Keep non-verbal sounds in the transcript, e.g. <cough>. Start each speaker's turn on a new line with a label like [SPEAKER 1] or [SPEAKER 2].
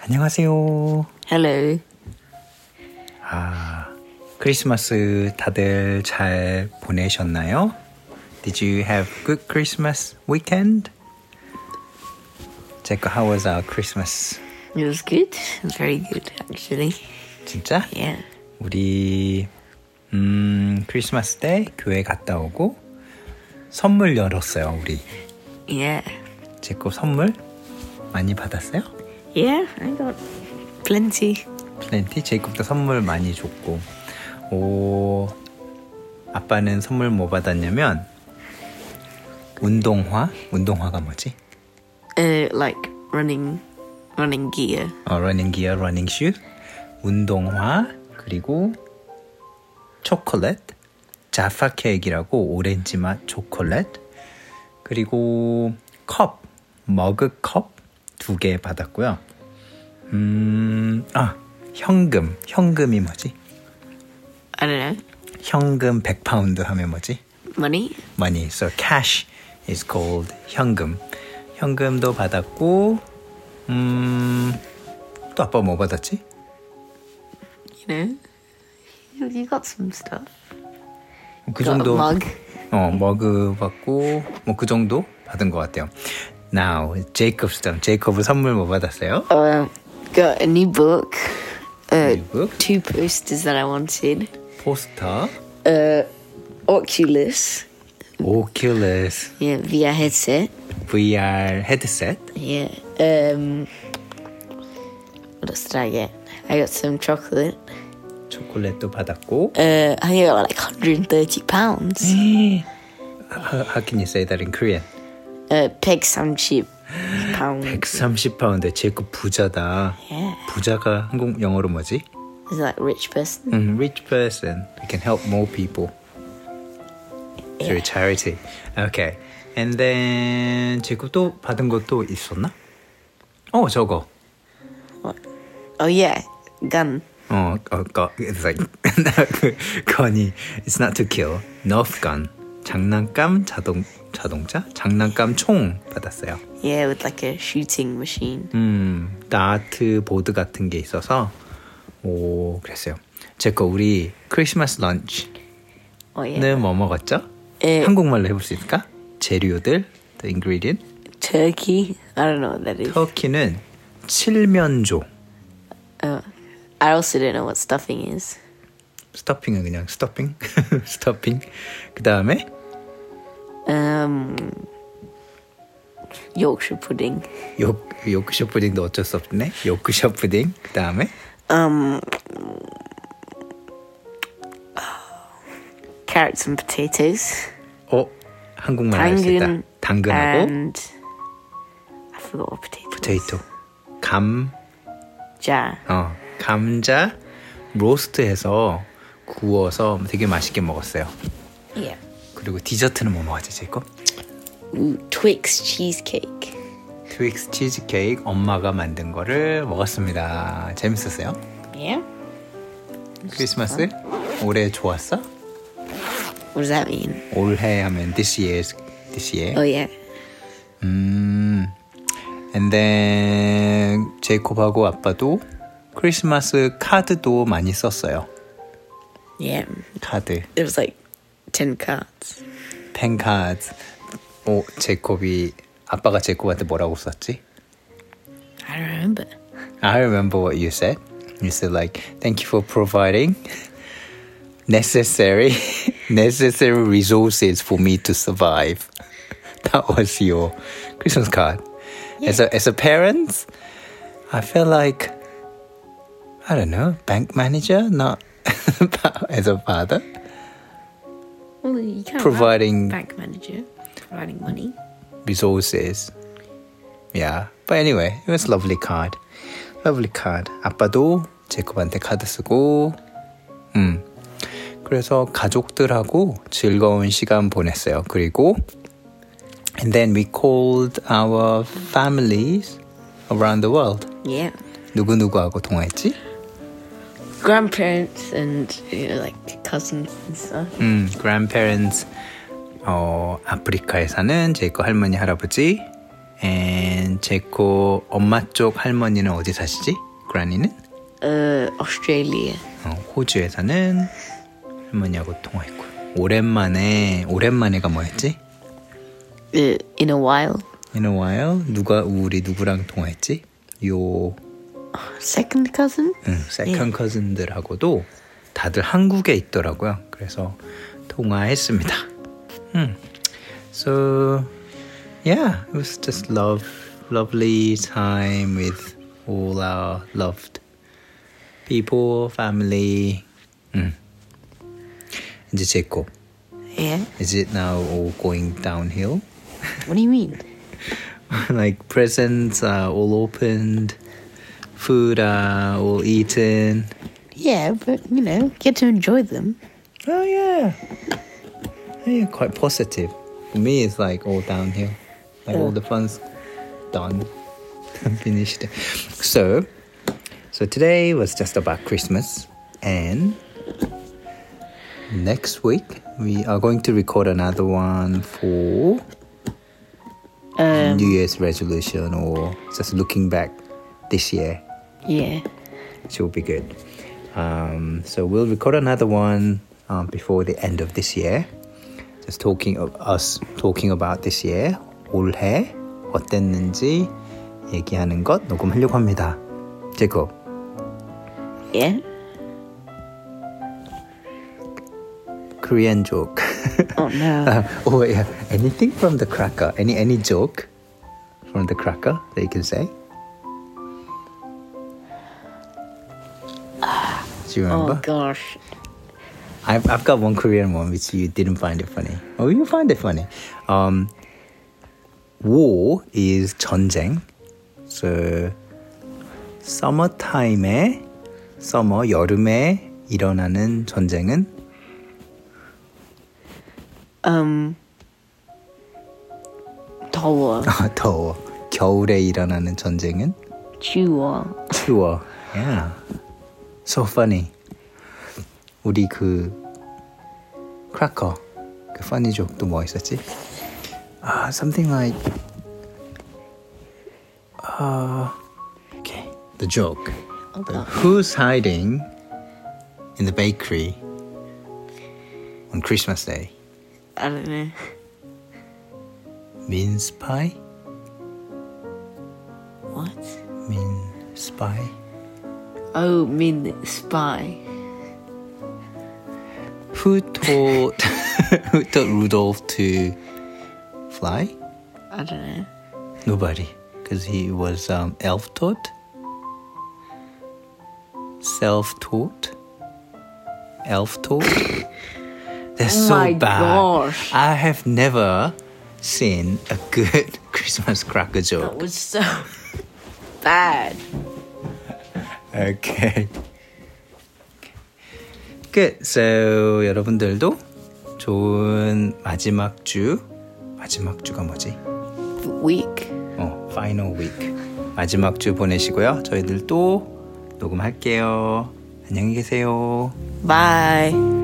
[SPEAKER 1] 안녕하세요.
[SPEAKER 2] Hello.
[SPEAKER 1] 아, 크리스마스 다들 잘 보내셨나요? Did you have good Christmas weekend? 제가 how was our Christmas?
[SPEAKER 2] It was good. Very good, actually.
[SPEAKER 1] 진짜?
[SPEAKER 2] Yeah.
[SPEAKER 1] 우리 음, 크리스마스 때 교회 갔다 오고 선물 열었어요, 우리.
[SPEAKER 2] Yeah.
[SPEAKER 1] 제거 선물 많이 받았어요?
[SPEAKER 2] Yeah, I got plenty.
[SPEAKER 1] 플랜티 제이콥도 선물 많이 줬고 오 아빠는 선물 뭐 받았냐면 운동화 운동화가 뭐지?
[SPEAKER 2] Uh, like running, running gear.
[SPEAKER 1] 어 러닝 기어 러닝 슈 운동화 그리고 초콜릿 자파 케이크라고 오렌지 맛 초콜릿 그리고 컵 머그 컵 두 개 받았고요 음아 현금 현금이 뭐지?
[SPEAKER 2] I don't know.
[SPEAKER 1] 현금 100파운드 하면 뭐지?
[SPEAKER 2] Money.
[SPEAKER 1] money. So cash is called 현금. 현금도 받았고 음, 또 아빠 뭐 받았지?
[SPEAKER 2] You know. You, you got some stuff.
[SPEAKER 1] 그
[SPEAKER 2] got
[SPEAKER 1] 정도
[SPEAKER 2] a mug.
[SPEAKER 1] 어, 머그 받고 뭐 그 정도 받은 것 같아요. Now, Jacob's turn. 제이콥은 선물 뭐 받았어요?
[SPEAKER 2] Uh, got a new book. Uh,
[SPEAKER 1] New book?
[SPEAKER 2] Two posters that I wanted.
[SPEAKER 1] 포스터,
[SPEAKER 2] Uh, Oculus.
[SPEAKER 1] Oculus,
[SPEAKER 2] Yeah, VR headset.
[SPEAKER 1] VR 헤드셋,
[SPEAKER 2] Yeah. Um. What else did I get? I got some chocolate.
[SPEAKER 1] 초콜릿도 받았고
[SPEAKER 2] Uh, I think I got like 130 pounds.
[SPEAKER 1] how, how can you say that in Korean?
[SPEAKER 2] Uh, peg some cheap pound.
[SPEAKER 1] 130파운드 제이콥 부자다.
[SPEAKER 2] Yeah.
[SPEAKER 1] 부자가 한국 영어로 뭐지?
[SPEAKER 2] Is like rich person?
[SPEAKER 1] 음, rich person who can help more people through charity. Okay. And then 제이콥 또 받은 것도 있었나? 어 저거.
[SPEAKER 2] What? Oh yeah, gun.
[SPEAKER 1] 어, 어, 거, it's like <laughs> 그 건이 it's not to kill. Nerf gun. 장난감 자동 자동차? 장난감 총 받았어요.
[SPEAKER 2] Yeah, with like a shooting machine.
[SPEAKER 1] 음, 나트 보드 같은 게 있어서 오 그랬어요. 제거 우리 크리스마스 런치는
[SPEAKER 2] Oh yeah.
[SPEAKER 1] 뭐 먹었죠?
[SPEAKER 2] 에.
[SPEAKER 1] 한국말로 해볼 수 있을까? 재료들, the ingredient.
[SPEAKER 2] Turkey. I don't know what that is.
[SPEAKER 1] 터키는 칠면조.
[SPEAKER 2] Oh. I also don't know what stuffing is.
[SPEAKER 1] 스토핑은 그냥 스토핑, <laughs> 스토핑. 그 다음에
[SPEAKER 2] Um. Yorkshire pudding.
[SPEAKER 1] 요 요크셔 푸딩도 어쩔 수 없네. 요크셔 푸딩. 그 다음에
[SPEAKER 2] Um. <sighs> Carrots and potatoes.
[SPEAKER 1] 어 한국말 할 수 있다.
[SPEAKER 2] 당근. 아.
[SPEAKER 1] 당근하고
[SPEAKER 2] And I forgot what potato.
[SPEAKER 1] 포테이토, 감
[SPEAKER 2] Ja.
[SPEAKER 1] 어, 감자 로스트해서 구워서 되게 맛있게 먹었어요.
[SPEAKER 2] Yeah.
[SPEAKER 1] 그리고 디저트는 뭐 먹었지, 제이콥?
[SPEAKER 2] Ooh, Twix cheesecake.
[SPEAKER 1] 트윅스 치즈케이크 엄마가 만든 거를 먹었습니다. 재밌었어요?
[SPEAKER 2] Yeah.
[SPEAKER 1] 크리스마스? 올해 좋았어?
[SPEAKER 2] What does that mean?
[SPEAKER 1] 올해 하면 this year, this
[SPEAKER 2] Oh
[SPEAKER 1] year.
[SPEAKER 2] yeah.
[SPEAKER 1] 음, and then 제이콥하고 아빠도 크리스마스 카드도 많이 썼어요.
[SPEAKER 2] Yeah.
[SPEAKER 1] 카드.
[SPEAKER 2] There was like ten cards.
[SPEAKER 1] 펜카드. 오, 어, 제이콥이 아빠가 제이콥한테 뭐라고 썼지?
[SPEAKER 2] I don't remember.
[SPEAKER 1] I remember what you said. You said like, "Thank you for providing <laughs> necessary <laughs> necessary resources for me to survive." <laughs> That was your Christmas card. As a as a parent, I feel like I don't know bank manager, not <laughs> as a father
[SPEAKER 2] Well, you can't.
[SPEAKER 1] Providing-
[SPEAKER 2] bank manager providing money.
[SPEAKER 1] resources. Yeah, but anyway, it was lovely card, lovely card. 아빠도 제콥한테 카드 쓰고, 음. 그래서 가족들하고 즐거운 시간 보냈어요. 그리고 and then we called our families around the world.
[SPEAKER 2] Yeah.
[SPEAKER 1] 누구 누구하고 통화했지?
[SPEAKER 2] Grandparents and you know, like cousins and stuff.
[SPEAKER 1] 음, grandparents. 어, 아프리카에 사는 제이콥 할머니 할아버지 And 제코 엄마 쪽 할머니는 어디 사시지? 그라니는?
[SPEAKER 2] Uh, Australia.
[SPEAKER 1] 어, 호주에 사는 할머니하고 통화했고 오랜만에 오랜만에가 뭐였지?
[SPEAKER 2] Uh, in a while.
[SPEAKER 1] In a while 누가 우리 누구랑 통화했지? 요
[SPEAKER 2] Second cousin?
[SPEAKER 1] 응, 세컨 커즌들하고도 음, 다들 한국에 있더라고요. 그래서 통화했습니다. 음. So yeah, it was just love, lovely time with all our loved people, family. 음. 이제 제코.
[SPEAKER 2] Yeah.
[SPEAKER 1] Is it now all going downhill? <laughs>
[SPEAKER 2] What do you mean?
[SPEAKER 1] like presents are all opened, food are all eaten.
[SPEAKER 2] Yeah, but you know, get to enjoy them.
[SPEAKER 1] Oh yeah. Yeah, You're quite positive. For me, it's like all downhill. Like all the fun's done, <laughs> finished. So, so today was just about Christmas, and next week we are going to record another one for New Year's resolution or just looking back this year
[SPEAKER 2] Yeah.
[SPEAKER 1] she will be good. Um, so we'll record another one um, before the end of this year. Just talking of us talking about this year, 올해 어땠는지 얘기하는 것 녹음하려고 합니다. 제코,
[SPEAKER 2] Yeah.
[SPEAKER 1] Korean joke. <laughs>
[SPEAKER 2] Oh no.
[SPEAKER 1] Uh, oh yeah, anything from the cracker? Any any joke from the cracker that you can say? Do you remember?
[SPEAKER 2] oh gosh.
[SPEAKER 1] I've, I've got one Korean one which you didn't find it funny. Oh, you find it funny. Um, war is 전쟁. So, summertime에, summer, 여름에 일어나는 전쟁은 <laughs>
[SPEAKER 2] Um. Tower.
[SPEAKER 1] 더워. 겨울에 일어나는 전쟁은
[SPEAKER 2] Chua.
[SPEAKER 1] 추워. Yeah. So funny. 우리 그 크라커 그 funny joke도 뭐 있었지? 아, something like 아, okay. The joke. The who's hiding in the bakery on Christmas Day?
[SPEAKER 2] I don't know.
[SPEAKER 1] Mince pie?
[SPEAKER 2] What?
[SPEAKER 1] Mince pie?
[SPEAKER 2] Oh, mean spy.
[SPEAKER 1] Who taught <laughs> Who taught Rudolph to fly?
[SPEAKER 2] I don't know.
[SPEAKER 1] Nobody, because he was um, elf-taught, self-taught,
[SPEAKER 2] <coughs>
[SPEAKER 1] elf-taught. They're so
[SPEAKER 2] my
[SPEAKER 1] bad.
[SPEAKER 2] gosh.
[SPEAKER 1] I have never seen a good <laughs> Christmas cracker
[SPEAKER 2] That
[SPEAKER 1] joke.
[SPEAKER 2] was so <laughs> bad.
[SPEAKER 1] Okay. Good. So 여러분들도 좋은 마지막 주 마지막 주가 뭐지?
[SPEAKER 2] Weak.
[SPEAKER 1] 어, 파이널 위크. 마지막 주 보내시고요. 저희들 또 녹음할게요. 안녕히 계세요.
[SPEAKER 2] Bye.